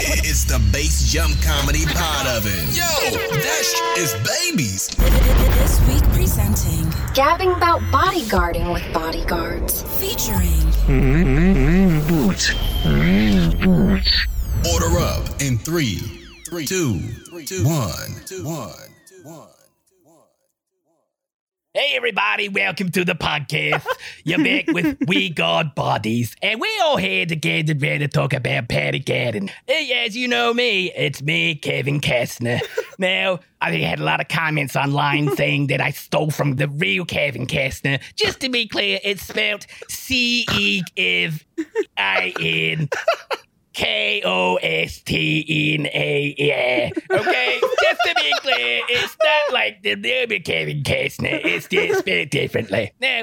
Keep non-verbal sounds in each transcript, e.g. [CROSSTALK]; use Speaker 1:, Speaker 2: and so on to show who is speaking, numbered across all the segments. Speaker 1: It's the Bass Jump Comedy Pod Oven. Yo, that sh- is babies.
Speaker 2: This week presenting
Speaker 3: gabbing about bodyguarding with bodyguards.
Speaker 2: featuring
Speaker 1: Order up in three, three, two, one, one, one.
Speaker 4: Hey everybody, welcome to the podcast. You're back with We God Bodies, and we're all here together ready to talk about Patty Gadden. Hey, as you know me, it's me, Kevin Kastner. now, I had a lot of comments online saying that I stole from the real Kevin Kastner. Just to be clear, it's spelled E C-E-F-I-N. K O S T E N A yeah. Okay, just to be clear, it's not like the Derby Kevin Castner. It's just spelled differently. Now,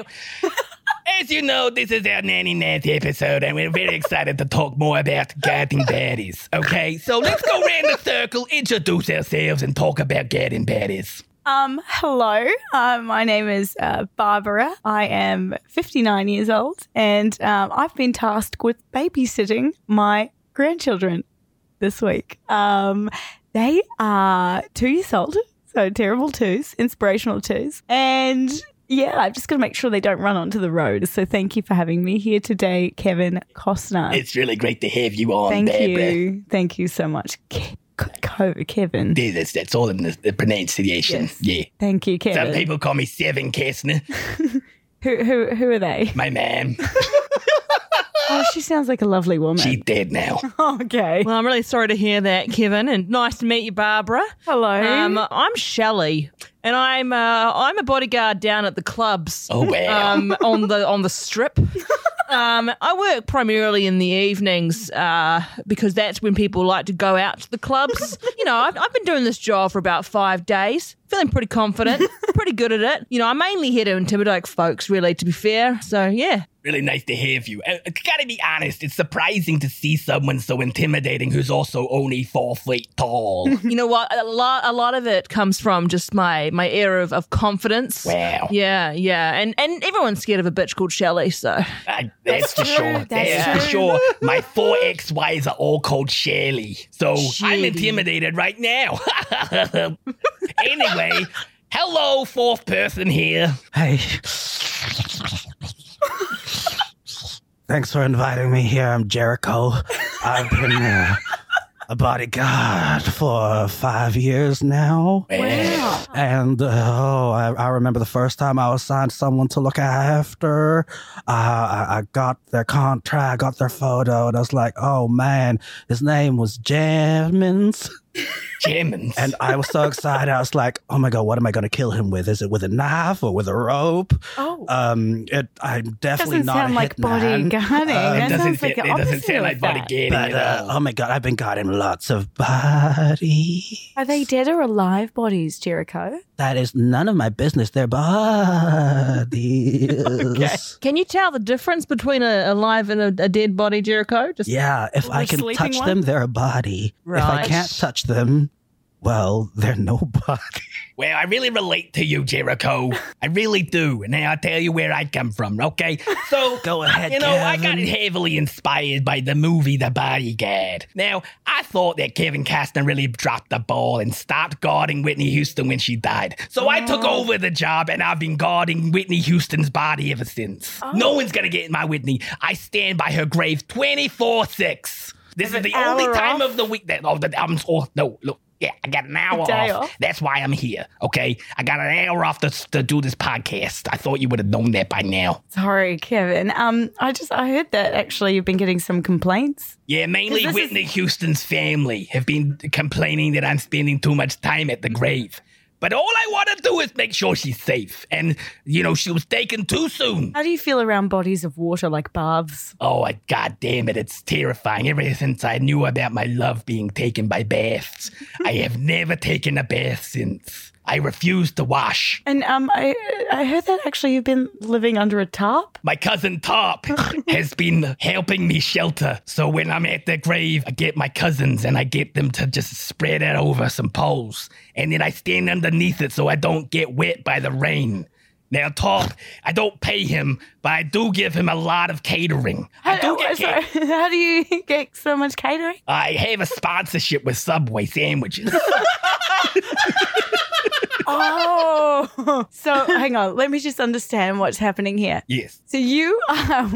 Speaker 4: as you know, this is our 99th episode, and we're very excited to talk more about getting baddies. Okay, so let's go round the circle, introduce ourselves, and talk about getting baddies.
Speaker 5: Um, hello. Uh, my name is uh, Barbara. I am 59 years old, and um, I've been tasked with babysitting my grandchildren this week. Um, they are two years old, so terrible twos, inspirational twos, and yeah, I've just got to make sure they don't run onto the road. So thank you for having me here today, Kevin Costner.
Speaker 4: It's really great to have you on,
Speaker 5: thank
Speaker 4: Barbara.
Speaker 5: you, thank you so much, Ke- Ke- Kevin.
Speaker 4: Yeah, That's, that's all in the, the pronunciation.
Speaker 5: Yes.
Speaker 4: Yeah.
Speaker 5: Thank you,
Speaker 4: Some
Speaker 5: Kevin.
Speaker 4: people call me Seven Kastner,
Speaker 5: who, who, who are they?
Speaker 4: my
Speaker 5: [LAUGHS]
Speaker 4: man.
Speaker 5: Oh, she sounds like a lovely woman.
Speaker 4: She's dead now.
Speaker 5: [LAUGHS] okay.
Speaker 6: Well, I'm really sorry to hear that, Kevin, and nice to meet you, Barbara.
Speaker 5: hello.
Speaker 6: Um, I'm Shelley, and I'm uh, I'm a bodyguard down at the clubs.
Speaker 4: Oh, wow.
Speaker 6: Um,
Speaker 4: [LAUGHS]
Speaker 6: on the on the strip. Um, I work primarily in the evenings uh, because that's when people like to go out to the clubs. You know, I've, I've been doing this job for about five days, feeling pretty confident,
Speaker 4: [LAUGHS]
Speaker 6: pretty good at it. You know, I'm mainly here to intimidate folks, really, to be fair. So, yeah.
Speaker 4: Really nice to have you. I, I gotta be honest, it's surprising to see someone so intimidating who's also only four feet
Speaker 5: [LAUGHS]
Speaker 4: tall.
Speaker 6: You know what? A lot, a lot of it comes from just my my air of, of confidence.
Speaker 4: wow.
Speaker 6: Yeah, yeah, and and everyone's scared of a bitch called Shelley, so
Speaker 4: I- Uh, that's, for
Speaker 5: true,
Speaker 4: sure.
Speaker 5: that's
Speaker 4: for
Speaker 5: true.
Speaker 4: sure.
Speaker 5: [LAUGHS]
Speaker 4: My four ex wives are all called Shirley. So I'm
Speaker 6: Shirley.
Speaker 4: intimidated right now. [LAUGHS] anyway, hello, fourth person here.
Speaker 7: Hey. Thanks for inviting me here. I'm Jericho. I've been uh, a bodyguard for five years now.
Speaker 5: eh,
Speaker 4: Wow.
Speaker 7: And uh, oh, I, I remember the first time I assigned someone to look after. Uh, I, I got their contract, I got their photo, and I was like, oh man, his name was Jammins.
Speaker 4: Germans.
Speaker 7: And uh, I was so excited. I was like, "Oh my god, what am I going to kill him with? Is it with a knife or with a rope?"
Speaker 5: Oh.
Speaker 4: Uh,
Speaker 7: Um, it, I'm definitely
Speaker 5: doesn't
Speaker 7: not
Speaker 5: sound
Speaker 7: a
Speaker 5: like [LAUGHS]
Speaker 7: hitman.
Speaker 5: bodyguarding. that
Speaker 4: doesn't sound-
Speaker 5: sounds like the
Speaker 4: Uh, it doesn't
Speaker 5: opposite
Speaker 4: sound
Speaker 5: of
Speaker 4: like
Speaker 5: that.
Speaker 4: bodyguarding
Speaker 7: But
Speaker 4: at
Speaker 7: uh,
Speaker 4: all.
Speaker 7: oh my god, I've been guarding lots of bodies.
Speaker 5: Are they dead or alive bodies, Jericho?
Speaker 7: That is none of my business. They're bodies.
Speaker 6: can you tell the difference between a, a live and a, a dead body, Jericho? Just
Speaker 7: Yeah, if
Speaker 5: Or
Speaker 7: I
Speaker 5: a
Speaker 7: can
Speaker 5: sleeping
Speaker 7: touch
Speaker 5: one?
Speaker 7: them, they're a body. If I
Speaker 6: Right.
Speaker 7: can't touch them, well, they're no [LAUGHS] body.
Speaker 4: Well, I really relate to you, Jericho. I really do. And now I'll tell you where I come from, okay? So
Speaker 7: [LAUGHS] Go ahead,
Speaker 4: You know, I got
Speaker 7: Kevin.
Speaker 4: heavily inspired by the movie The Bodyguard. Now, I thought that Kevin Costner really dropped the ball and stopped guarding Whitney Houston when she died. So I took
Speaker 5: Oh.
Speaker 4: over the job and I've been guarding Whitney Houston's body ever since. No
Speaker 5: Oh.
Speaker 4: one's gonna get in my Whitney. I stand by her grave 24 6. This is the only
Speaker 5: hour
Speaker 4: time
Speaker 5: off?
Speaker 4: of the week that oh, the, I'm oh, no look yeah I got an hour
Speaker 5: day
Speaker 4: off.
Speaker 5: off?
Speaker 4: That's why I'm here. Okay, I got an hour off to, to do this podcast. I thought you would have known that by now.
Speaker 5: Sorry, Kevin. Um, I just I heard that actually you've been getting some complaints.
Speaker 4: Yeah, mainly
Speaker 5: 'Cause this is-
Speaker 4: Whitney Houston's family have been complaining that I'm spending too much time at the
Speaker 5: Mm.
Speaker 4: grave. But all I want to do is make sure she's safe. And, you know, she was taken too soon.
Speaker 5: How do you feel around bodies of water like baths?
Speaker 4: Oh, I- god damn it, it's terrifying. Ever since I knew about my love being taken by baths, I
Speaker 5: [LAUGHS]
Speaker 4: have never taken a bath since. I refuse to wash.
Speaker 5: And um, I I heard that actually you've been living under a tarp.
Speaker 4: My cousin Top has been helping me shelter. So when I'm at the grave, I get my cousins and I get them to just spread it over some poles. And then I stand underneath it so I don't get wet by the rain. Now talk. I don't pay him, but I do give him a lot of catering. I do get
Speaker 5: oh, Sorry,
Speaker 4: catering.
Speaker 5: [LAUGHS] how do you get so much catering?
Speaker 4: I have a sponsorship with Subway sandwiches.
Speaker 5: Oh, [LAUGHS] so hang on. Let me just understand what's happening here.
Speaker 4: yes.
Speaker 5: So you are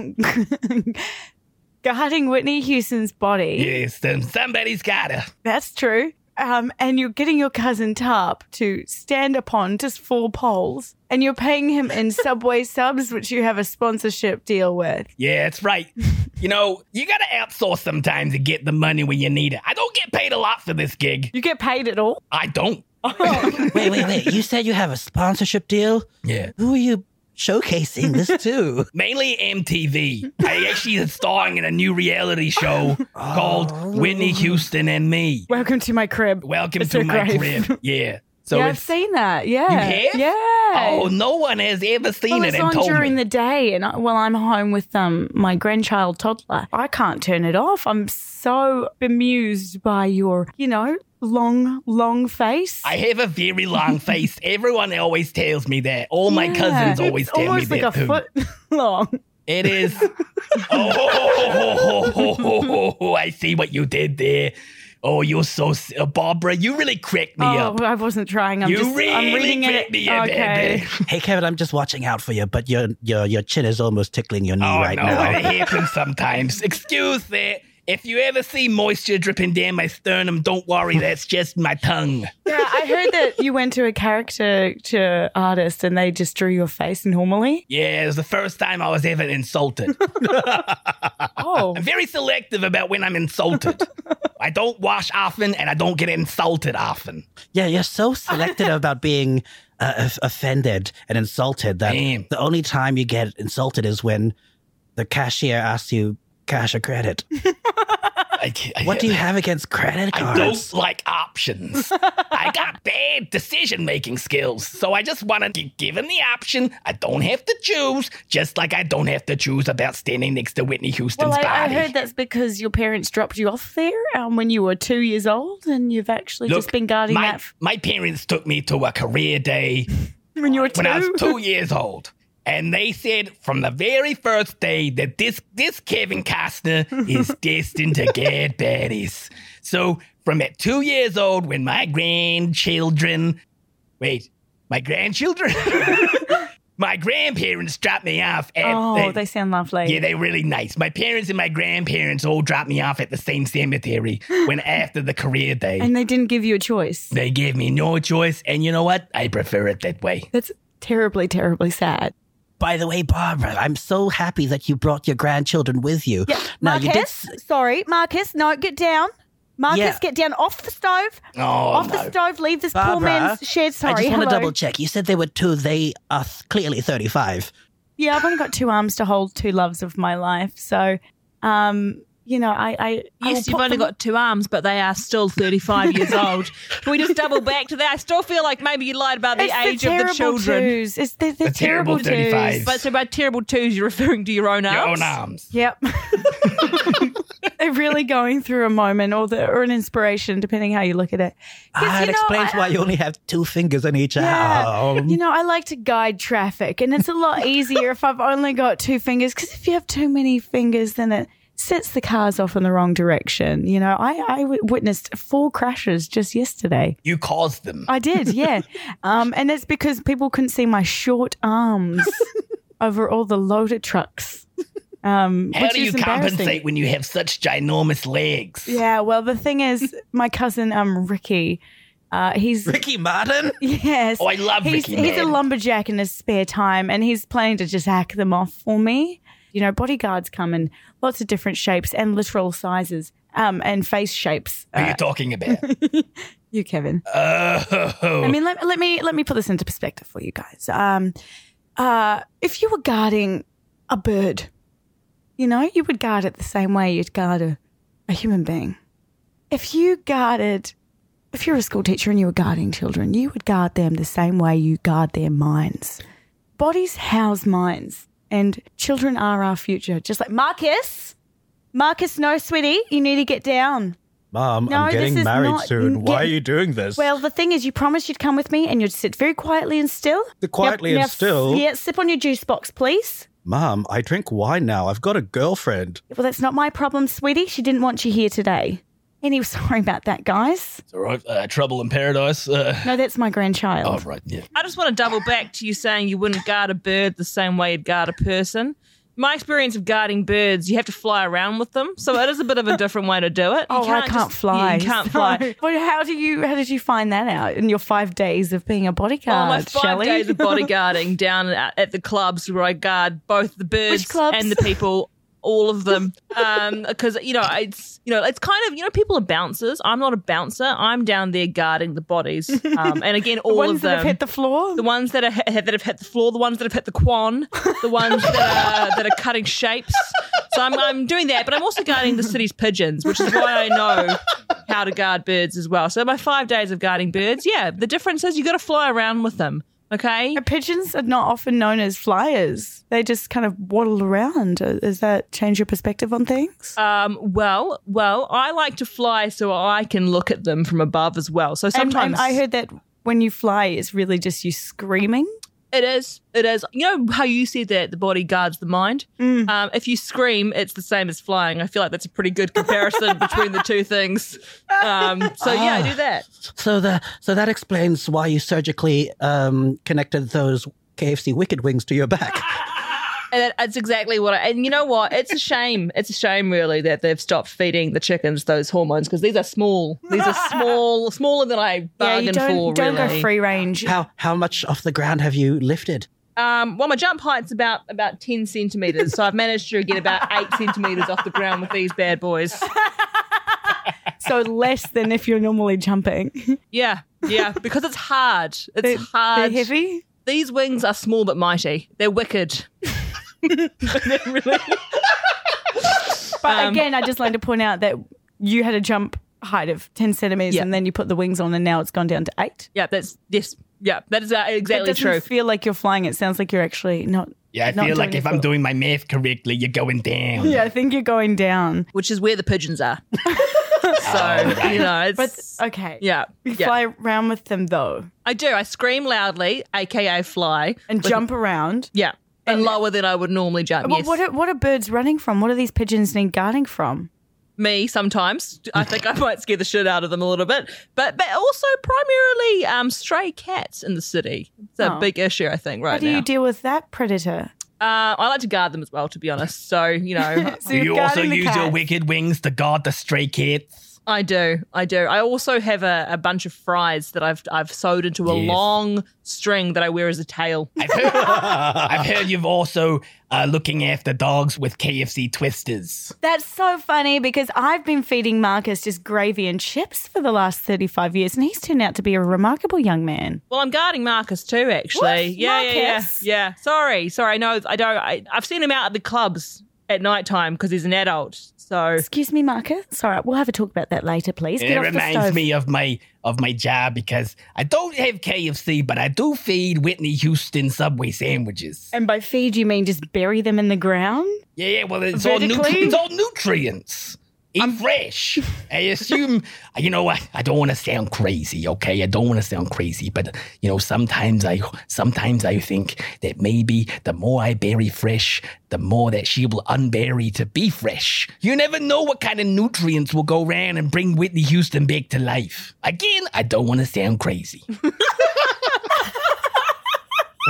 Speaker 5: guarding Whitney Houston's body.
Speaker 4: Yes, then somebody's gotta.
Speaker 5: That's true. Um, and you're getting your cousin Tarp to stand upon just four poles, and you're paying him in Subway subs, which you have a sponsorship deal with.
Speaker 4: Yeah, that's right. You know, you gotta outsource sometimes to get the money when you need it. I don't get paid a lot for this gig.
Speaker 5: You get paid at all.
Speaker 4: I don't.
Speaker 7: Wait, wait, wait. You said you have a sponsorship deal?
Speaker 4: Yeah.
Speaker 7: Who are you showcasing this to?
Speaker 4: Mainly MTV. I actually is starring in a new reality
Speaker 5: [LAUGHS]
Speaker 4: show
Speaker 5: Oh.
Speaker 4: called Whitney Houston and Me.
Speaker 5: Welcome to my crib.
Speaker 4: Welcome
Speaker 5: It's
Speaker 4: to
Speaker 5: a
Speaker 4: my
Speaker 5: grave. [LAUGHS]
Speaker 4: crib. Yeah. So
Speaker 5: yeah, I've
Speaker 4: it's
Speaker 5: seen that. Yeah.
Speaker 4: have?
Speaker 5: Yeah.
Speaker 4: Oh, no one has ever seen
Speaker 5: well,
Speaker 4: it
Speaker 5: it's
Speaker 4: and
Speaker 5: on
Speaker 4: told
Speaker 5: during
Speaker 4: me.
Speaker 5: the day, and I, well, I'm home with um my grandchild toddler. I can't turn it off. I'm so bemused by your, you know, long, long face.
Speaker 4: I have a very long
Speaker 5: [LAUGHS]
Speaker 4: face. Everyone always tells me that. All my
Speaker 5: Yeah.
Speaker 4: cousins always
Speaker 5: it's
Speaker 4: tell
Speaker 5: almost
Speaker 4: me
Speaker 5: like
Speaker 4: that
Speaker 5: a
Speaker 4: too.
Speaker 5: foot [LAUGHS] long.
Speaker 4: It
Speaker 5: [LAUGHS]
Speaker 4: is. oh, [LAUGHS] I see what you did there. Oh, you're so s- uh, Barbara. You really cracked me
Speaker 5: oh,
Speaker 4: up.
Speaker 5: I wasn't trying. I'm
Speaker 4: you
Speaker 5: just
Speaker 4: really
Speaker 5: I'm reading
Speaker 4: cracked
Speaker 5: it.
Speaker 4: me up. [LAUGHS]
Speaker 5: okay.
Speaker 7: [LAUGHS] hey, Kevin, I'm just watching out for you, but your your your chin is almost tickling your knee
Speaker 4: Oh
Speaker 7: right
Speaker 4: no, it
Speaker 7: now.
Speaker 4: happens sometimes. Excuse that. If you ever see moisture dripping down my sternum, don't worry. That's just my tongue.
Speaker 5: Yeah, I heard that you went to a character to artist and they just drew your face
Speaker 4: [LAUGHS]
Speaker 5: normally.
Speaker 4: Yeah, it was the first time I was ever insulted.
Speaker 5: Oh,
Speaker 4: I'm very selective about when I'm insulted. I don't wash often, and I don't get insulted often.
Speaker 7: Yeah, you're so
Speaker 5: [LAUGHS]
Speaker 7: selective about being uh, of- offended and insulted that
Speaker 4: Damn.
Speaker 7: the only time you get insulted is when the cashier asks you cash or credit.
Speaker 4: I, I-
Speaker 7: What do you have against
Speaker 5: [LAUGHS]
Speaker 7: credit
Speaker 4: I
Speaker 7: cards?
Speaker 4: don't like options. I got bad decision making skills, so I just want to be given the option. I don't have to choose, just like I don't have to choose about standing next to Whitney Houston's
Speaker 5: well, I, I
Speaker 4: body.
Speaker 5: heard that's because your parents dropped you off there um, when you were two years old, and you've actually just been guarding
Speaker 4: my,
Speaker 5: that f-
Speaker 4: my parents took me to a career
Speaker 5: [LAUGHS]
Speaker 4: day
Speaker 5: when you were two.
Speaker 4: when I was two years old. And they said from the very first day that this this Kevin
Speaker 5: [LAUGHS]
Speaker 4: Costner is destined to get baddies. So from at two years old, when my grandchildren, wait, my
Speaker 5: [LAUGHS]
Speaker 4: grandchildren, my grandparents dropped me off at
Speaker 5: oh,
Speaker 4: the-
Speaker 5: they sound lovely.
Speaker 4: yeah, they really nice. My parents and my grandparents all dropped me off at the same cemetery when
Speaker 5: [GASPS]
Speaker 4: after the career day.
Speaker 5: and they didn't give you a choice.
Speaker 4: they gave me no choice, and you know what? I prefer it that way.
Speaker 5: That's terribly, terribly sad.
Speaker 7: By the way, Barbara, I'm so happy that you brought your grandchildren with you.
Speaker 5: Yeah,
Speaker 7: Now, you
Speaker 5: Marcus,
Speaker 7: did
Speaker 5: sorry, Marcus, no, get down. Marcus,
Speaker 7: Yeah.
Speaker 5: get down off the stove.
Speaker 4: Oh,
Speaker 5: off
Speaker 4: no.
Speaker 5: the stove, leave this poor
Speaker 7: Barbara,
Speaker 5: man's shed. Sorry,
Speaker 7: I just want to
Speaker 5: hello.
Speaker 7: double check. You said they were two. They are th- clearly 35.
Speaker 5: Yeah, I've only got two arms to hold two loves of my life. So, um, you know, I, I I will
Speaker 6: Yes, you've
Speaker 5: put
Speaker 6: only
Speaker 5: them-
Speaker 6: got two arms, but they are still [LAUGHS] 35 years old. Can we just double back to that? I still feel like maybe you lied about the
Speaker 5: It's
Speaker 6: age of the
Speaker 5: terrible
Speaker 6: children.
Speaker 5: twos. It's the, the
Speaker 4: The terrible
Speaker 5: terrible,
Speaker 4: 35.
Speaker 5: twos.
Speaker 6: But so by terrible twos, you're referring to your own
Speaker 4: Your
Speaker 6: arms.
Speaker 4: own arms.
Speaker 5: Yep. They're really going through a moment or the or an inspiration, depending how you look at it. 'Cause,
Speaker 7: Ah,
Speaker 5: you
Speaker 7: it
Speaker 5: know,
Speaker 7: explains
Speaker 5: I-
Speaker 7: why you only have two fingers in each
Speaker 5: Yeah.
Speaker 7: arm.
Speaker 5: You know, I like to guide traffic, and it's a lot easier if I've only got two fingers. Because if you have too many fingers, then it sets the cars off in the wrong direction. You know, I, I w- witnessed four crashes just yesterday.
Speaker 4: You caused them.
Speaker 5: I did, yeah. um, and it's because people couldn't see my short arms over all the loader trucks. Um,
Speaker 4: How
Speaker 5: which
Speaker 4: do
Speaker 5: is
Speaker 4: you
Speaker 5: embarrassing.
Speaker 4: compensate when you have such ginormous legs?
Speaker 5: Yeah, well, the thing is, my cousin, um, Ricky, uh, he's
Speaker 7: [LAUGHS] Ricky Martin?
Speaker 5: yes,
Speaker 4: Oh, I love
Speaker 5: he's
Speaker 4: Ricky.
Speaker 5: he's a
Speaker 4: man.
Speaker 5: lumberjack in his spare time, and he's planning to just hack them off for me. You know, bodyguards come in lots of different shapes and literal sizes, um, and face shapes.
Speaker 4: Who are
Speaker 5: Uh,
Speaker 4: you talking about?
Speaker 5: [LAUGHS] you, Kevin.
Speaker 4: oh,
Speaker 5: I mean, let, let me let me put this into perspective for you guys. Um, uh, if you were guarding a bird, you know, you would guard it the same way you'd guard a, a human being. If you guarded, if you're a school teacher and you were guarding children, you would guard them the same way you guard their minds. Bodies house minds, and children are our future. Just like Marcus, Marcus, no, sweetie, you need to get down.
Speaker 7: Mom,
Speaker 5: No,
Speaker 7: I'm
Speaker 5: this
Speaker 7: getting
Speaker 5: is
Speaker 7: married
Speaker 5: not-
Speaker 7: soon. Why
Speaker 5: get-
Speaker 7: are you doing this?
Speaker 5: Well, the thing is, you promised you'd come with me, and you'd sit very quietly and still.
Speaker 7: The quietly and
Speaker 5: now,
Speaker 7: still?
Speaker 5: Yeah, sip on your juice box, please.
Speaker 7: Mom, I drink wine now. I've got a girlfriend.
Speaker 5: Well, that's not my problem, sweetie. She didn't want you here today. Anyway, [LAUGHS] sorry about that, guys.
Speaker 8: It's all right. Uh, trouble in paradise. Uh,
Speaker 5: No, that's my grandchild.
Speaker 8: oh, right. Yeah.
Speaker 6: I just want to double back to you saying you wouldn't guard a bird the same way you'd guard a person. My experience of guarding birds, you have to fly around with them, so it is a bit of a different way to do it. You
Speaker 5: Oh, I can't
Speaker 6: just-
Speaker 5: fly.
Speaker 6: yeah,
Speaker 5: [LAUGHS]
Speaker 6: you can't
Speaker 5: so-
Speaker 6: [LAUGHS] fly.
Speaker 5: Well, how do you? How did you find that out in your five days of being a bodyguard?
Speaker 6: Oh, my five
Speaker 5: Shelley?
Speaker 6: days of
Speaker 5: [LAUGHS]
Speaker 6: bodyguarding down at, at the clubs where I guard both the birds
Speaker 5: Which clubs?
Speaker 6: and the people, all of them. Because you know it's you know it's kind of you know people are bouncers. I'm not a bouncer. I'm down there guarding the bodies. Um, and again, all
Speaker 5: ones
Speaker 6: of them.
Speaker 5: that have hit [LAUGHS] the floor.
Speaker 6: the ones that are ha- that have hit the floor, the ones that have hit the quan, the ones that are, that are cutting shapes. So I'm, I'm doing that, but I'm also guarding the city's pigeons, which is why I know how to guard birds as well. So my five days of guarding birds, yeah, the difference is you got to fly around with them. Okay,
Speaker 5: Pigeons are not often known as flyers. They just kind of waddle around. Uh, Does that change your perspective on things?
Speaker 6: Um, well, well, I like to fly so I can look at them from above as well. So
Speaker 5: And-
Speaker 6: sometimes
Speaker 5: and I heard that when you fly, it's really just you screaming.
Speaker 6: it is, it is. You know how you said that the body guards the mind.
Speaker 5: Mm.
Speaker 6: Um, if you scream, it's the same as flying. I feel like that's a pretty good
Speaker 5: [LAUGHS]
Speaker 6: comparison between the two things. Um, so yeah, I do that.
Speaker 7: So the so that explains why you surgically um, connected those KFC Wicked Wings to your
Speaker 4: [LAUGHS]
Speaker 7: back.
Speaker 6: And that, that's exactly what I. And you know what? It's a shame. It's a shame, really, that they've stopped feeding the chickens those hormones because these are small.
Speaker 5: [LAUGHS]
Speaker 6: These are small, smaller than I bargained
Speaker 5: yeah, you
Speaker 6: for.
Speaker 5: don't, don't
Speaker 6: really.
Speaker 5: go free range.
Speaker 7: How how much off the ground have you lifted?
Speaker 6: Um, well, my jump height's about about ten centimeters, so I've managed to get about eight centimeters off the ground with these bad boys.
Speaker 5: So less than if you're normally [LAUGHS] jumping.
Speaker 6: Yeah, yeah, because it's hard. It's
Speaker 5: They're,
Speaker 6: hard.
Speaker 5: they're heavy.
Speaker 6: These wings are small but mighty. They're wicked. They're really-
Speaker 5: But
Speaker 6: Um,
Speaker 5: again, I just like to point out that you had a jump height of 10 centimeters
Speaker 6: Yeah.
Speaker 5: and then you put the wings on and now it's gone down to eight.
Speaker 6: yeah, that's yes, yeah, that is uh, exactly
Speaker 5: it doesn't
Speaker 6: true.
Speaker 5: feel like you're flying. It sounds like you're actually not.
Speaker 4: Yeah, I
Speaker 5: not
Speaker 4: feel like
Speaker 5: doing
Speaker 4: if
Speaker 5: it
Speaker 4: I'm
Speaker 5: well.
Speaker 4: doing my math correctly, you're going down.
Speaker 5: Yeah, I think you're going down.
Speaker 6: Which is where the pigeons are.
Speaker 4: Oh,
Speaker 5: [LAUGHS]
Speaker 6: so you know, it's
Speaker 5: But okay.
Speaker 6: yeah,
Speaker 5: You
Speaker 6: yeah.
Speaker 5: fly around with them though
Speaker 6: I do. I scream loudly, aka fly,
Speaker 5: and jump around.
Speaker 6: yeah, and, lower than I would normally jump.
Speaker 5: What,
Speaker 6: yes.
Speaker 5: what, are, what are birds running from? What are these pigeons need guarding from?
Speaker 6: me sometimes. I think I might scare the shit out of them a little bit, but but also primarily um, stray cats in the city. It's a
Speaker 5: Oh.
Speaker 6: big issue, I think, right
Speaker 5: How do
Speaker 6: now.
Speaker 5: you deal with that predator?
Speaker 6: uh, I like to guard them as well, to be honest. So you [LAUGHS] know,
Speaker 5: So
Speaker 4: Do you also
Speaker 5: guarding the
Speaker 4: use your
Speaker 5: cat.
Speaker 4: wicked wings to guard the stray cats?
Speaker 6: I do, I do. I also have a, a bunch of fries that I've I've sewed into a
Speaker 4: Yes.
Speaker 6: long string that I wear as a tail.
Speaker 4: I've heard, I've heard you've also uh, looking after dogs with KFC twisters.
Speaker 5: That's so funny because I've been feeding Marcus just gravy and chips for the last 35 years and he's turned out to be a remarkable young man.
Speaker 6: Well, I'm guarding Marcus too, actually.
Speaker 5: What?
Speaker 6: Yeah, yeah,
Speaker 5: Marcus?
Speaker 6: yeah, yeah. Sorry, sorry. No, I don't. I, I've seen him out at the clubs at night time because he's an adult. So
Speaker 5: Excuse me, Marcus. Sorry, we'll have a talk about that later, please. Get
Speaker 4: it
Speaker 5: off the
Speaker 4: reminds
Speaker 5: stove.
Speaker 4: me of my of my job because I don't have KFC, but I do feed Whitney Houston Subway sandwiches.
Speaker 5: And by feed, you mean just bury them in the ground?
Speaker 4: Yeah, yeah. Well, it's all, nutri-
Speaker 5: Vertically?
Speaker 4: it's all nutrients. Eat fresh. I assume, you know, I, I don't want to sound crazy, okay? I don't want to sound crazy, but you know, sometimes I sometimes I think that maybe the more I bury fresh, the more that she will unbury to be fresh. You never know what kind of nutrients will go around and bring Whitney Houston back to life. Again, I don't want to sound crazy.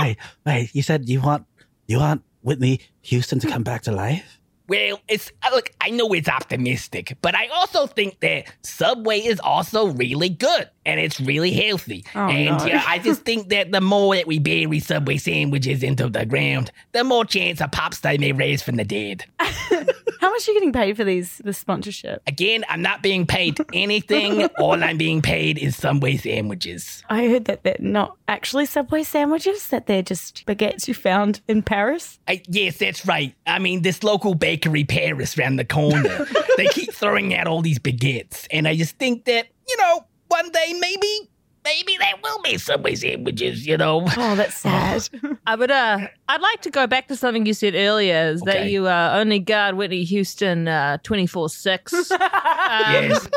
Speaker 7: Wait, wait. You said you want you want Whitney Houston to come back to life?
Speaker 4: Well, it's uh, look, I know it's optimistic, but I also think that Subway is also really good and it's really healthy.
Speaker 5: Oh,
Speaker 4: and
Speaker 5: no.
Speaker 4: yeah, I just think that the more that we bury Subway sandwiches into the ground, the more chance a pop star may raise from the dead.
Speaker 5: How much are you getting paid for these the sponsorship?
Speaker 4: Again, I'm not being paid
Speaker 5: [LAUGHS]
Speaker 4: anything. All I'm being paid is Subway sandwiches.
Speaker 5: I heard that they're not actually Subway sandwiches, that they're just baguettes you found in Paris.
Speaker 4: I, yes, that's right. I mean, this local bakery Paris round the
Speaker 6: [LAUGHS]
Speaker 4: corner, they keep throwing out all these baguettes. And I just think that, you know, one day maybe, maybe there will be Subway sandwiches, you know.
Speaker 5: Oh, that's sad.
Speaker 6: I would. Uh, I'd like to go back to something you said earlier: is that
Speaker 4: Okay.
Speaker 6: you uh, only guard Whitney Houston twenty four [LAUGHS] six. Um,
Speaker 4: [LAUGHS] yes,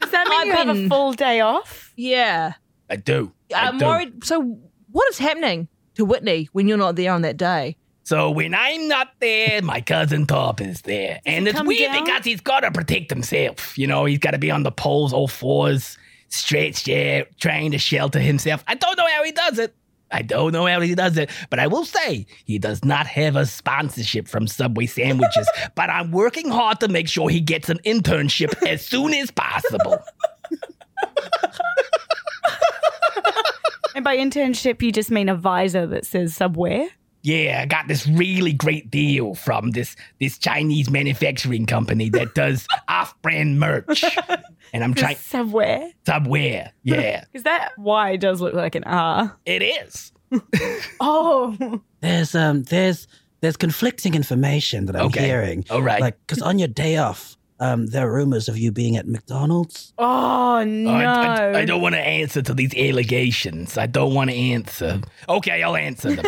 Speaker 5: Does that mean
Speaker 6: I've
Speaker 5: you have a
Speaker 6: been-
Speaker 5: full day off?
Speaker 6: Yeah,
Speaker 4: I do. I
Speaker 6: I'm
Speaker 4: do.
Speaker 6: worried. Uh, So, what is happening to Whitney when you're not there on that day?
Speaker 4: So when I'm not there, my cousin Top is there. and it's
Speaker 5: come
Speaker 4: weird
Speaker 5: down?
Speaker 4: because he's got to protect himself. You know, he's got to be on the poles, all fours, stretched out, trying to shelter himself. I don't know how he does it. I don't know how he does it, but I will say he does not have a sponsorship from Subway
Speaker 5: [LAUGHS]
Speaker 4: Sandwiches. but I'm working hard to make sure he gets an internship as soon as possible.
Speaker 5: And by internship, you just mean a visor that says somewhere.
Speaker 4: yeah, I got this really great deal from this this Chinese manufacturing company that
Speaker 7: [LAUGHS]
Speaker 4: does off-brand merch. And I'm trying
Speaker 5: Somewhere.
Speaker 4: Subware. Yeah,
Speaker 5: Because that Y does look like an R.
Speaker 4: it is.
Speaker 5: Oh.
Speaker 7: There's um there's there's conflicting information that I'm
Speaker 4: Okay.
Speaker 7: hearing.
Speaker 4: All right.
Speaker 7: Like cuz on your day off, um there are rumors of you being at McDonald's.
Speaker 5: Oh, no.
Speaker 4: Oh, I- I, I don't want to answer to these allegations. I don't want to answer. Okay, I'll answer them.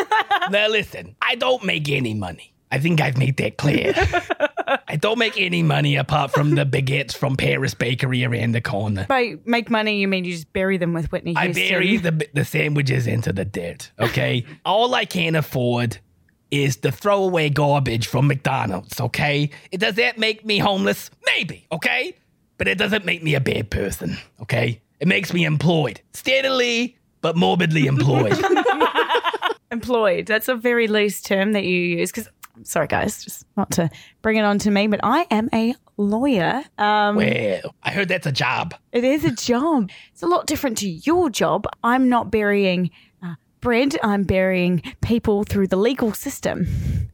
Speaker 4: now listen, I don't make any money. I think I've made that clear. I don't make any money apart from the baguettes from Paris Bakery around the corner.
Speaker 5: By make money, you mean you just bury them with Whitney
Speaker 4: I
Speaker 5: Houston.
Speaker 4: bury the the sandwiches into the dirt. Okay, all I can afford is the throwaway garbage from McDonald's. Okay, it does that make me homeless? Maybe. Okay, but it doesn't make me a bad person. Okay, it makes me employed, steadily but morbidly employed.
Speaker 5: employed. That's a very loose term that you use. Because sorry, guys, just not to bring it on to me, but I am a lawyer. Um,
Speaker 4: well, I heard that's a job.
Speaker 5: it is a job. It's a lot different to your job. I'm not burying uh, bread. I'm burying people through the legal system.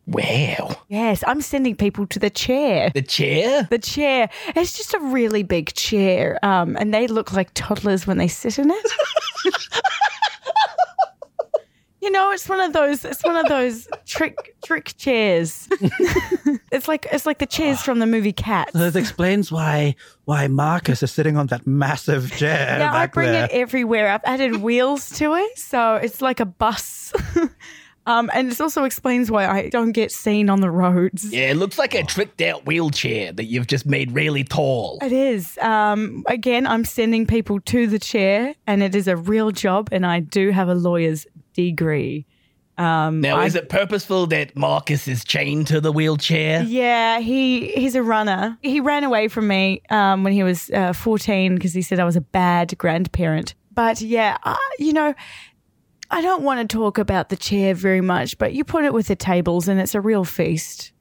Speaker 4: Well,
Speaker 5: Yes, I'm sending people to the chair.
Speaker 4: the chair.
Speaker 5: The chair. It's just a really big chair, um, and they look like toddlers when they sit in it. [LAUGHS] you know, it's one of those. It's one of those trick trick chairs. [LAUGHS] it's like it's like the chairs from the movie Cats.
Speaker 7: So this explains why why Marcus is sitting on that massive chair
Speaker 5: Now I
Speaker 7: back
Speaker 5: bring
Speaker 7: there.
Speaker 5: it everywhere. I've
Speaker 7: [LAUGHS]
Speaker 5: added wheels to it, so it's like a bus. [LAUGHS] um, and this also explains why I don't get seen on the roads.
Speaker 4: Yeah, it looks like a tricked out wheelchair that you've just made really tall.
Speaker 5: It is. Um, again, I'm sending people to the chair, and it is a real job, and I do have a lawyer's degree.
Speaker 4: Now, is it purposeful that Marcus is chained to the wheelchair?
Speaker 5: Yeah, he he's a runner. He ran away from me um, when he was uh, 14 because he said I was a bad grandparent. But yeah, uh, you know, I don't want to talk about the chair very much, but you put it with the tables, and it's a real feast.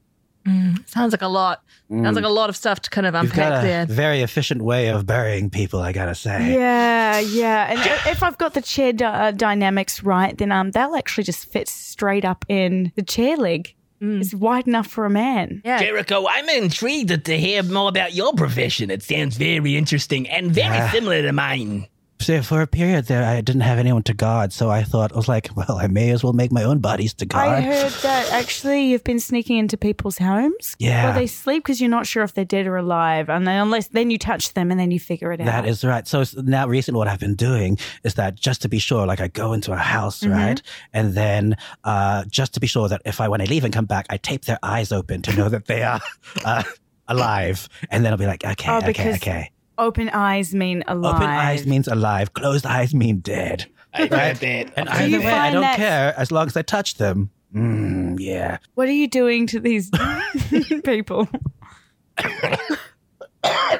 Speaker 6: Sounds like a lot. Sounds like a lot of stuff to kind of
Speaker 7: You've
Speaker 6: unpack [LAUGHS]
Speaker 7: got a
Speaker 6: there.
Speaker 7: very efficient way of burying people, I gotta say.
Speaker 5: Yeah, yeah. And i- if I've got the chair dy- uh, dynamics right, then um, they'll actually just fit straight up in the chair leg. It's wide enough for a man.
Speaker 6: Yeah.
Speaker 4: Jericho, I'm intrigued to hear more about your profession. It sounds very interesting and very
Speaker 7: Yeah.
Speaker 4: similar to mine.
Speaker 7: So for a period there, I didn't have anyone to guard, so I thought I was like, well, I may as well make my own buddies to
Speaker 5: I
Speaker 7: guard.
Speaker 5: heard that actually you've been sneaking into people's homes
Speaker 7: Yeah.
Speaker 5: while they sleep because you're not sure if they're dead or alive, and then unless then you touch them and then you figure it out.
Speaker 7: That is right. So s- now, recently, what I've been doing is that just to be sure, like I go into a house,
Speaker 5: Mm-hmm.
Speaker 7: right, and then uh, just to be sure that if I when I leave and come back, I tape their eyes open to know that they are [LAUGHS] uh, alive, and then I'll be like, okay,
Speaker 5: Oh,
Speaker 7: okay,
Speaker 5: because
Speaker 7: okay.
Speaker 5: Open eyes mean alive.
Speaker 7: Open eyes means alive, closed eyes mean dead.
Speaker 4: I read that.
Speaker 7: And
Speaker 4: Okay.
Speaker 7: either
Speaker 5: you
Speaker 7: way, I
Speaker 5: find
Speaker 7: don't
Speaker 5: that-
Speaker 7: care as long as I touch them. Mm, yeah.
Speaker 5: What are you doing to
Speaker 7: [LAUGHS]
Speaker 5: these
Speaker 7: [COUGHS]
Speaker 5: people?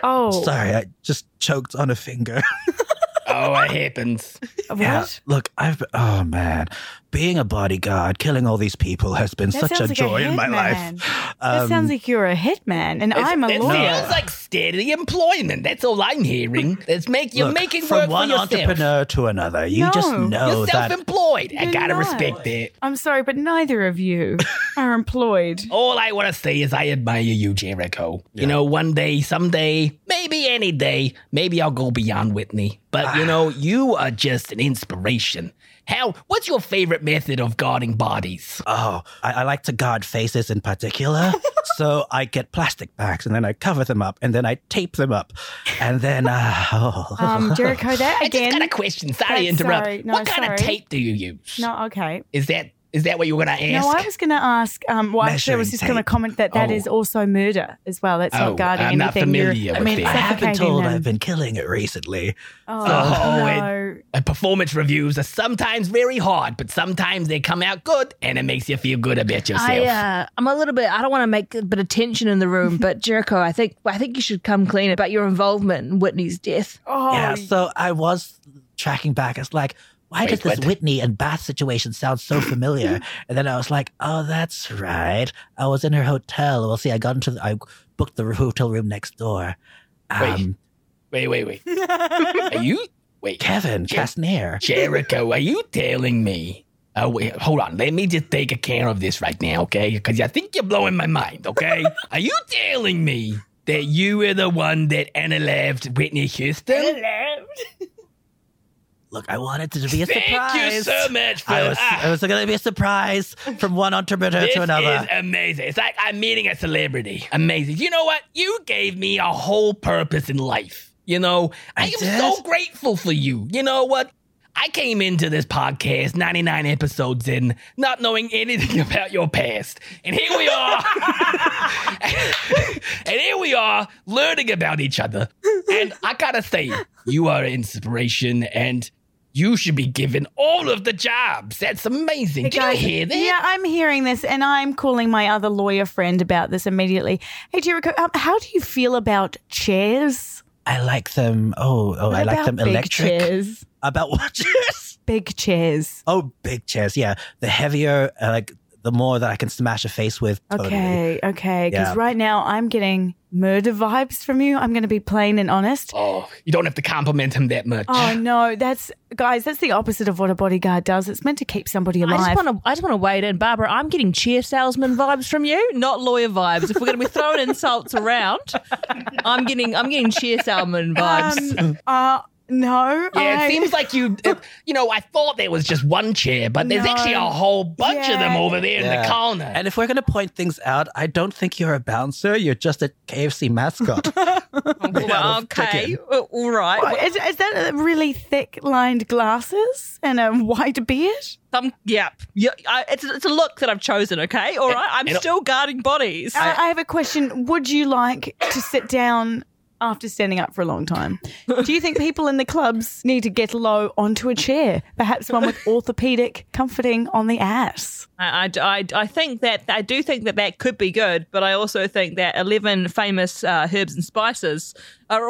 Speaker 5: oh,
Speaker 7: Sorry, I just choked on a finger. [LAUGHS]
Speaker 4: oh, it happens.
Speaker 5: what?
Speaker 7: Yeah, look, I've been, oh man, being a bodyguard, killing all these people has been
Speaker 5: That
Speaker 7: such a
Speaker 5: sounds like a
Speaker 7: joy in my
Speaker 5: hitman.
Speaker 7: life.
Speaker 5: That
Speaker 7: Um,
Speaker 5: sounds like you're a hitman, and I'm a
Speaker 4: it
Speaker 5: lawyer.
Speaker 4: feels like steady employment. That's all I'm hearing. It's make you're
Speaker 7: look,
Speaker 4: making
Speaker 7: from
Speaker 4: work
Speaker 7: one
Speaker 4: for yourself.
Speaker 7: entrepreneur to another. You just
Speaker 5: No.
Speaker 7: know
Speaker 4: You're
Speaker 7: that
Speaker 4: self-employed. I
Speaker 5: You're
Speaker 4: gotta
Speaker 5: not.
Speaker 4: respect that.
Speaker 5: I'm sorry, but neither of you are
Speaker 7: [LAUGHS]
Speaker 5: employed.
Speaker 4: All I want to say is I admire you, Jericho. You know, one day, someday, maybe any day, maybe I'll go beyond Whitney. But you know, you are just an inspiration. How? What's your favorite method of guarding bodies?
Speaker 7: Oh, I, I like to guard faces in
Speaker 5: [LAUGHS]
Speaker 7: particular. so I get plastic bags and then I cover them up and then I tape them up. And then, uh, [LAUGHS] oh.
Speaker 5: Um, Jericho, that
Speaker 4: I just
Speaker 5: again.
Speaker 4: got a question. Sorry to
Speaker 5: That's-
Speaker 4: interrupt.
Speaker 5: sorry. No,
Speaker 4: what kind of
Speaker 5: sorry.
Speaker 4: tape do you use?
Speaker 5: no, okay.
Speaker 4: Is that is that what you were gonna ask?
Speaker 5: No, I was going to ask. Um, well, actually, I was
Speaker 7: Measuring
Speaker 5: just going to
Speaker 7: tape.
Speaker 5: comment that that
Speaker 4: Oh.
Speaker 5: is also murder as well. That's
Speaker 4: Oh,
Speaker 5: not guarding
Speaker 4: I'm not
Speaker 5: anything. You're-
Speaker 4: familiar with
Speaker 7: I mean, [LAUGHS] I
Speaker 4: that.
Speaker 7: have been
Speaker 5: Suffocating
Speaker 7: told
Speaker 5: them.
Speaker 7: I've been killing it recently.
Speaker 5: Oh,
Speaker 4: Oh, it-
Speaker 5: no.
Speaker 4: Uh, performance reviews are sometimes very hard, but sometimes they come out good, and it makes you feel good about yourself.
Speaker 6: I, uh, I'm a little bit. I don't want to make a bit of tension in the [LAUGHS] room, but Jericho, I think I think you should come clean about your involvement in Whitney's death.
Speaker 5: oh,
Speaker 7: yeah, so I was tracking back. It's like, why
Speaker 4: Wait,
Speaker 7: does this
Speaker 4: what?
Speaker 7: Whitney and Bath situation sound
Speaker 5: [LAUGHS]
Speaker 7: so familiar? and then I was like, oh, that's right. I was in her hotel. Well, see, I got into the, I booked the hotel room next door.
Speaker 4: Wait.
Speaker 7: Um,
Speaker 4: wait, wait,
Speaker 5: [LAUGHS]
Speaker 4: wait. are you? Wait,
Speaker 7: Kevin
Speaker 4: Jer-
Speaker 7: Castner.
Speaker 4: Jericho, are you telling me? Oh, wait, hold on. Let me just take a care of this right now, okay? Because I think you're blowing my mind,
Speaker 5: [LAUGHS]
Speaker 4: okay? are you telling me that you were the one that Anna left Whitney Houston?
Speaker 7: Look, I wanted it to be a
Speaker 4: Thank
Speaker 7: surprise.
Speaker 4: you so much for
Speaker 7: I was,
Speaker 4: ah,
Speaker 7: it was going to be a surprise from one entrepreneur
Speaker 4: This
Speaker 7: to another.
Speaker 4: is amazing. It's like I'm meeting a celebrity. Amazing. You know what? You gave me a whole purpose in life. You know, I,
Speaker 7: I
Speaker 4: am
Speaker 7: did?
Speaker 4: so grateful for you. You know what? I came into this podcast 99 episodes in, not knowing anything [LAUGHS] about your past. And here we
Speaker 7: [LAUGHS]
Speaker 4: are. [LAUGHS] and here we are learning about each other. And I gotta say, you are an inspiration and you should be given all of the jobs. That's amazing. Did you
Speaker 5: Guys,
Speaker 4: hear that?
Speaker 5: Yeah, I'm hearing this, and I'm calling my other lawyer friend about this immediately. Hey, Jericho, um, how do you feel about chairs?
Speaker 7: I like them. Oh, oh, I
Speaker 5: What
Speaker 7: like
Speaker 5: about
Speaker 7: them
Speaker 5: big
Speaker 7: electric.
Speaker 5: Chairs?
Speaker 7: About [LAUGHS] what chairs?
Speaker 5: Big chairs.
Speaker 7: Oh, big chairs. Yeah, the heavier, uh, like the more that I can smash a face with. Totally.
Speaker 5: Okay, okay. Because
Speaker 7: Yeah.
Speaker 5: right now I'm getting murder vibes from you. I'm going to be plain and honest.
Speaker 4: Oh, you don't have to compliment him that much.
Speaker 5: Oh no, that's guys. That's the opposite of what a bodyguard does. It's meant to keep somebody alive.
Speaker 6: I just want to. I just want to wade in, Barbara. I'm getting chair salesman vibes from you, not lawyer vibes. If we're going to be throwing insults around, I'm getting. I'm getting chair salesman vibes.
Speaker 5: Um, uh, no.
Speaker 4: yeah,
Speaker 5: I-
Speaker 4: it seems like
Speaker 5: [LAUGHS]
Speaker 4: you, it- you know, I thought there was just one chair, but there's
Speaker 5: No.
Speaker 4: actually a whole bunch of them
Speaker 5: Yeah.
Speaker 4: over there in the
Speaker 7: Yeah.
Speaker 4: corner.
Speaker 7: And if we're going to point things out, I don't think you're a bouncer. You're just a KFC mascot.
Speaker 6: [LAUGHS]
Speaker 5: [LAUGHS]
Speaker 6: well, okay, Uh, all right.
Speaker 5: What, [LAUGHS] Is, is that a really thick lined glasses and a white beard?
Speaker 6: Some, yeah, yeah. I, it's, it's a look that I've chosen. Okay, all right. I'm
Speaker 4: and-
Speaker 6: still guarding bodies.
Speaker 5: I, I have a question. Would you like to sit down after standing up for a long time? Do you think people in the clubs need to get low onto a chair? Perhaps one with orthopedic comforting on the ass?
Speaker 6: I, I, I- I think that I do think that that could be good, but I also think that eleven famous uh, herbs and spices are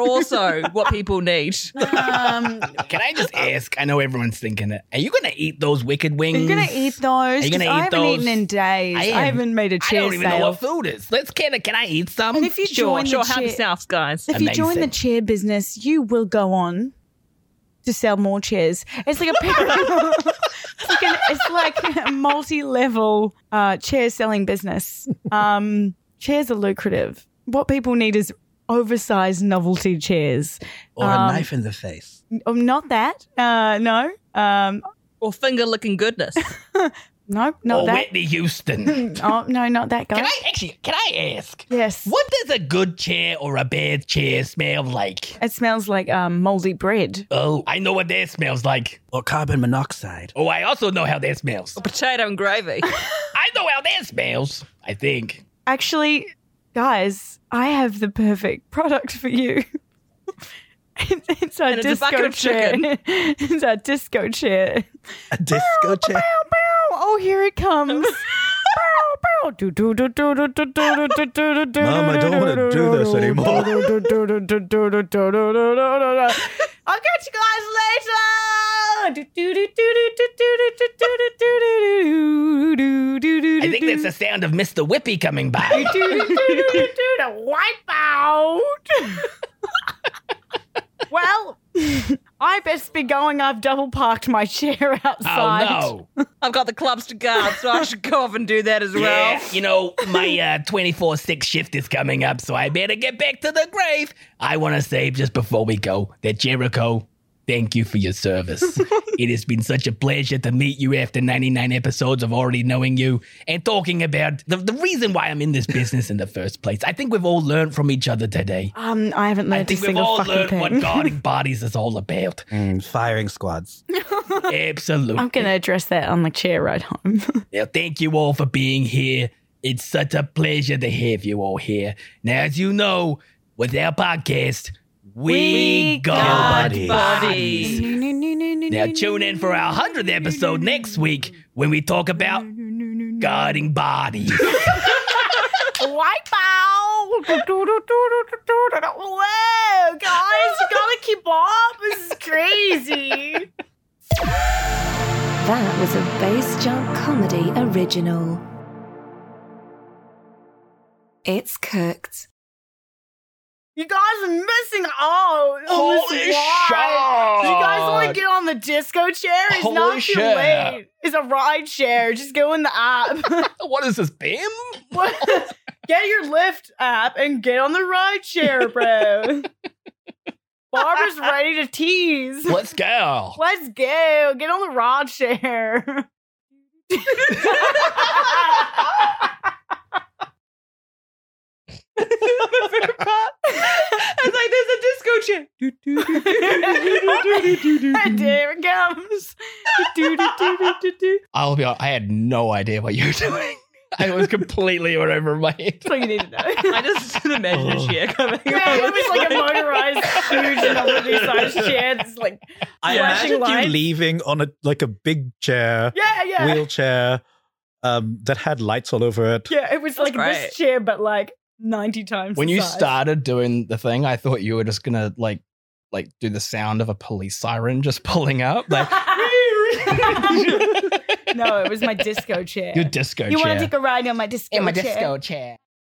Speaker 5: [LAUGHS]
Speaker 6: also what people need.
Speaker 5: Um,
Speaker 4: Can I just ask? I know everyone's thinking it. Are you going to eat those wicked wings?
Speaker 5: I'm going to eat those.
Speaker 4: Mm. you gonna
Speaker 5: 'cause I
Speaker 4: eat
Speaker 5: haven't
Speaker 4: those?
Speaker 5: eaten in days.
Speaker 4: I
Speaker 5: I,
Speaker 4: am-
Speaker 5: haven't made a
Speaker 4: I
Speaker 5: chair
Speaker 4: don't even
Speaker 5: sale.
Speaker 4: know what food is. Let's can I, can I eat some?
Speaker 5: and if you
Speaker 6: Sure,
Speaker 5: join
Speaker 6: sure.
Speaker 5: the
Speaker 6: Help
Speaker 5: chair,
Speaker 6: yourself, guys.
Speaker 5: if you join the
Speaker 4: Amazing.
Speaker 5: chair business, you will go on to sell more chairs. It's like a parallel- [LAUGHS] it's like, an, it's like a multi-level uh, chair selling business. Um, chairs are lucrative. What people need is oversized novelty chairs.
Speaker 7: or
Speaker 5: Um,
Speaker 7: a knife in the face.
Speaker 5: Um, not that. Uh, no. Um,
Speaker 6: Or finger licking goodness.
Speaker 5: [LAUGHS] no. Not
Speaker 4: or
Speaker 5: that.
Speaker 4: Whitney
Speaker 5: [LAUGHS]
Speaker 4: Houston?
Speaker 5: Oh no, not that guy.
Speaker 4: Oh, can I actually? Can I ask?
Speaker 5: yes.
Speaker 4: What does a good chair or a bad chair smell like?
Speaker 5: It smells like um, moldy bread.
Speaker 4: Oh, I know what that smells like.
Speaker 7: Or carbon
Speaker 5: [LAUGHS]
Speaker 7: monoxide.
Speaker 4: Oh, I also know how that smells.
Speaker 6: Potato and gravy.
Speaker 4: I know how that smells. I think.
Speaker 5: Actually, guys, I have the perfect product for you. it's, it's our
Speaker 6: And it's a
Speaker 5: disco
Speaker 6: bucket of
Speaker 5: chair.
Speaker 6: chicken.
Speaker 5: it's our disco chair.
Speaker 7: A disco chair.
Speaker 5: Bow, oh, here it comes. Bow, bow. Do, do, do, do, do, do, do, do, do, do, do,
Speaker 7: Mom, I don't wanna do this anymore.
Speaker 5: do, do, do, do, do, do, do, do, do, do, do, do. I'll catch you guys later. Do, do, do, do, do, do, do, do, do, do, do, do, do, do, do,
Speaker 4: I think
Speaker 5: do.
Speaker 4: that's the sound of Mr. Whippy coming by.
Speaker 5: wipe out. well, I best be going. I've double parked my chair outside.
Speaker 4: Oh no!
Speaker 6: I've got the clubs to guard,
Speaker 5: [LAUGHS]
Speaker 6: so I should go off and do that as
Speaker 4: Yeah,
Speaker 6: well.
Speaker 4: you know my uh, twenty-four six shift is coming up, so I better get back to the grave. I want to say just before we go that Jericho, thank you for your
Speaker 5: [LAUGHS]
Speaker 4: service. it has been such a pleasure to meet you after ninety-nine episodes of already knowing you and talking about the, the reason why I'm in this business in the first place. I think we've all learned from each other today.
Speaker 5: Um, I haven't
Speaker 4: I
Speaker 5: learned a
Speaker 4: think we've
Speaker 5: single
Speaker 4: all
Speaker 5: fucking
Speaker 4: learned what
Speaker 5: thing. [LAUGHS]
Speaker 4: guarding bodies is all about.
Speaker 7: Mm, firing squads.
Speaker 4: Absolutely.
Speaker 5: I'm gonna address that on the chair ride home.
Speaker 4: Now, thank you all for being here. It's such a pleasure to have you all here. Now, as you know, with our podcast, we,
Speaker 5: We
Speaker 4: got
Speaker 7: got
Speaker 4: bodies.
Speaker 6: bodies.
Speaker 4: Now, tune in for our 100th episode next week when we talk about guarding bodies.
Speaker 5: Wipe out! Whoa, guys, you gotta keep up. This is crazy.
Speaker 3: That was a Bass Jump Comedy original. It's cooked.
Speaker 5: You guys are missing out. on
Speaker 8: Holy
Speaker 5: this ride. You guys want to get on the disco chair? It's not
Speaker 8: Holy
Speaker 5: too
Speaker 8: shit.
Speaker 5: late. It's a ride share. Just go in
Speaker 8: [LAUGHS]
Speaker 5: the app. [LAUGHS]
Speaker 8: What is this, Bam?
Speaker 5: What- get your Lyft app and get on the ride share,
Speaker 8: [LAUGHS]
Speaker 5: bro. Barbara's ready to tease.
Speaker 8: Let's go.
Speaker 5: Let's go. Get on the rod
Speaker 8: [LAUGHS]
Speaker 5: share. [LAUGHS]
Speaker 6: It's like there's a disco chair.
Speaker 5: and there
Speaker 8: [LAUGHS]
Speaker 5: it comes. Do, do, do, do, do, do.
Speaker 8: I'll be honest, I had no idea what
Speaker 4: [LAUGHS]
Speaker 8: you were doing. I was completely went over my head.
Speaker 5: That's all you need to
Speaker 8: [LAUGHS]
Speaker 5: know.
Speaker 6: I just [LAUGHS] imagine a chair coming.
Speaker 5: Yeah, it was like a motorized, huge, [LAUGHS] another sized chair. It's like,
Speaker 9: I
Speaker 5: Flashing
Speaker 9: imagined
Speaker 5: lights.
Speaker 9: you leaving on a like a big chair,
Speaker 5: yeah, yeah.
Speaker 9: wheelchair, um, that had lights all over it.
Speaker 5: yeah, it was like
Speaker 6: great.
Speaker 5: this chair, but like 90 times
Speaker 8: When
Speaker 5: the
Speaker 8: you
Speaker 5: size.
Speaker 8: started doing the thing, I thought you were just gonna like like do the sound of a police siren just [LAUGHS] pulling up. Like
Speaker 5: [LAUGHS] no, it was my disco chair.
Speaker 8: your disco
Speaker 5: you
Speaker 8: chair.
Speaker 5: [LAUGHS] want to take a ride on my disco chair?
Speaker 8: chair.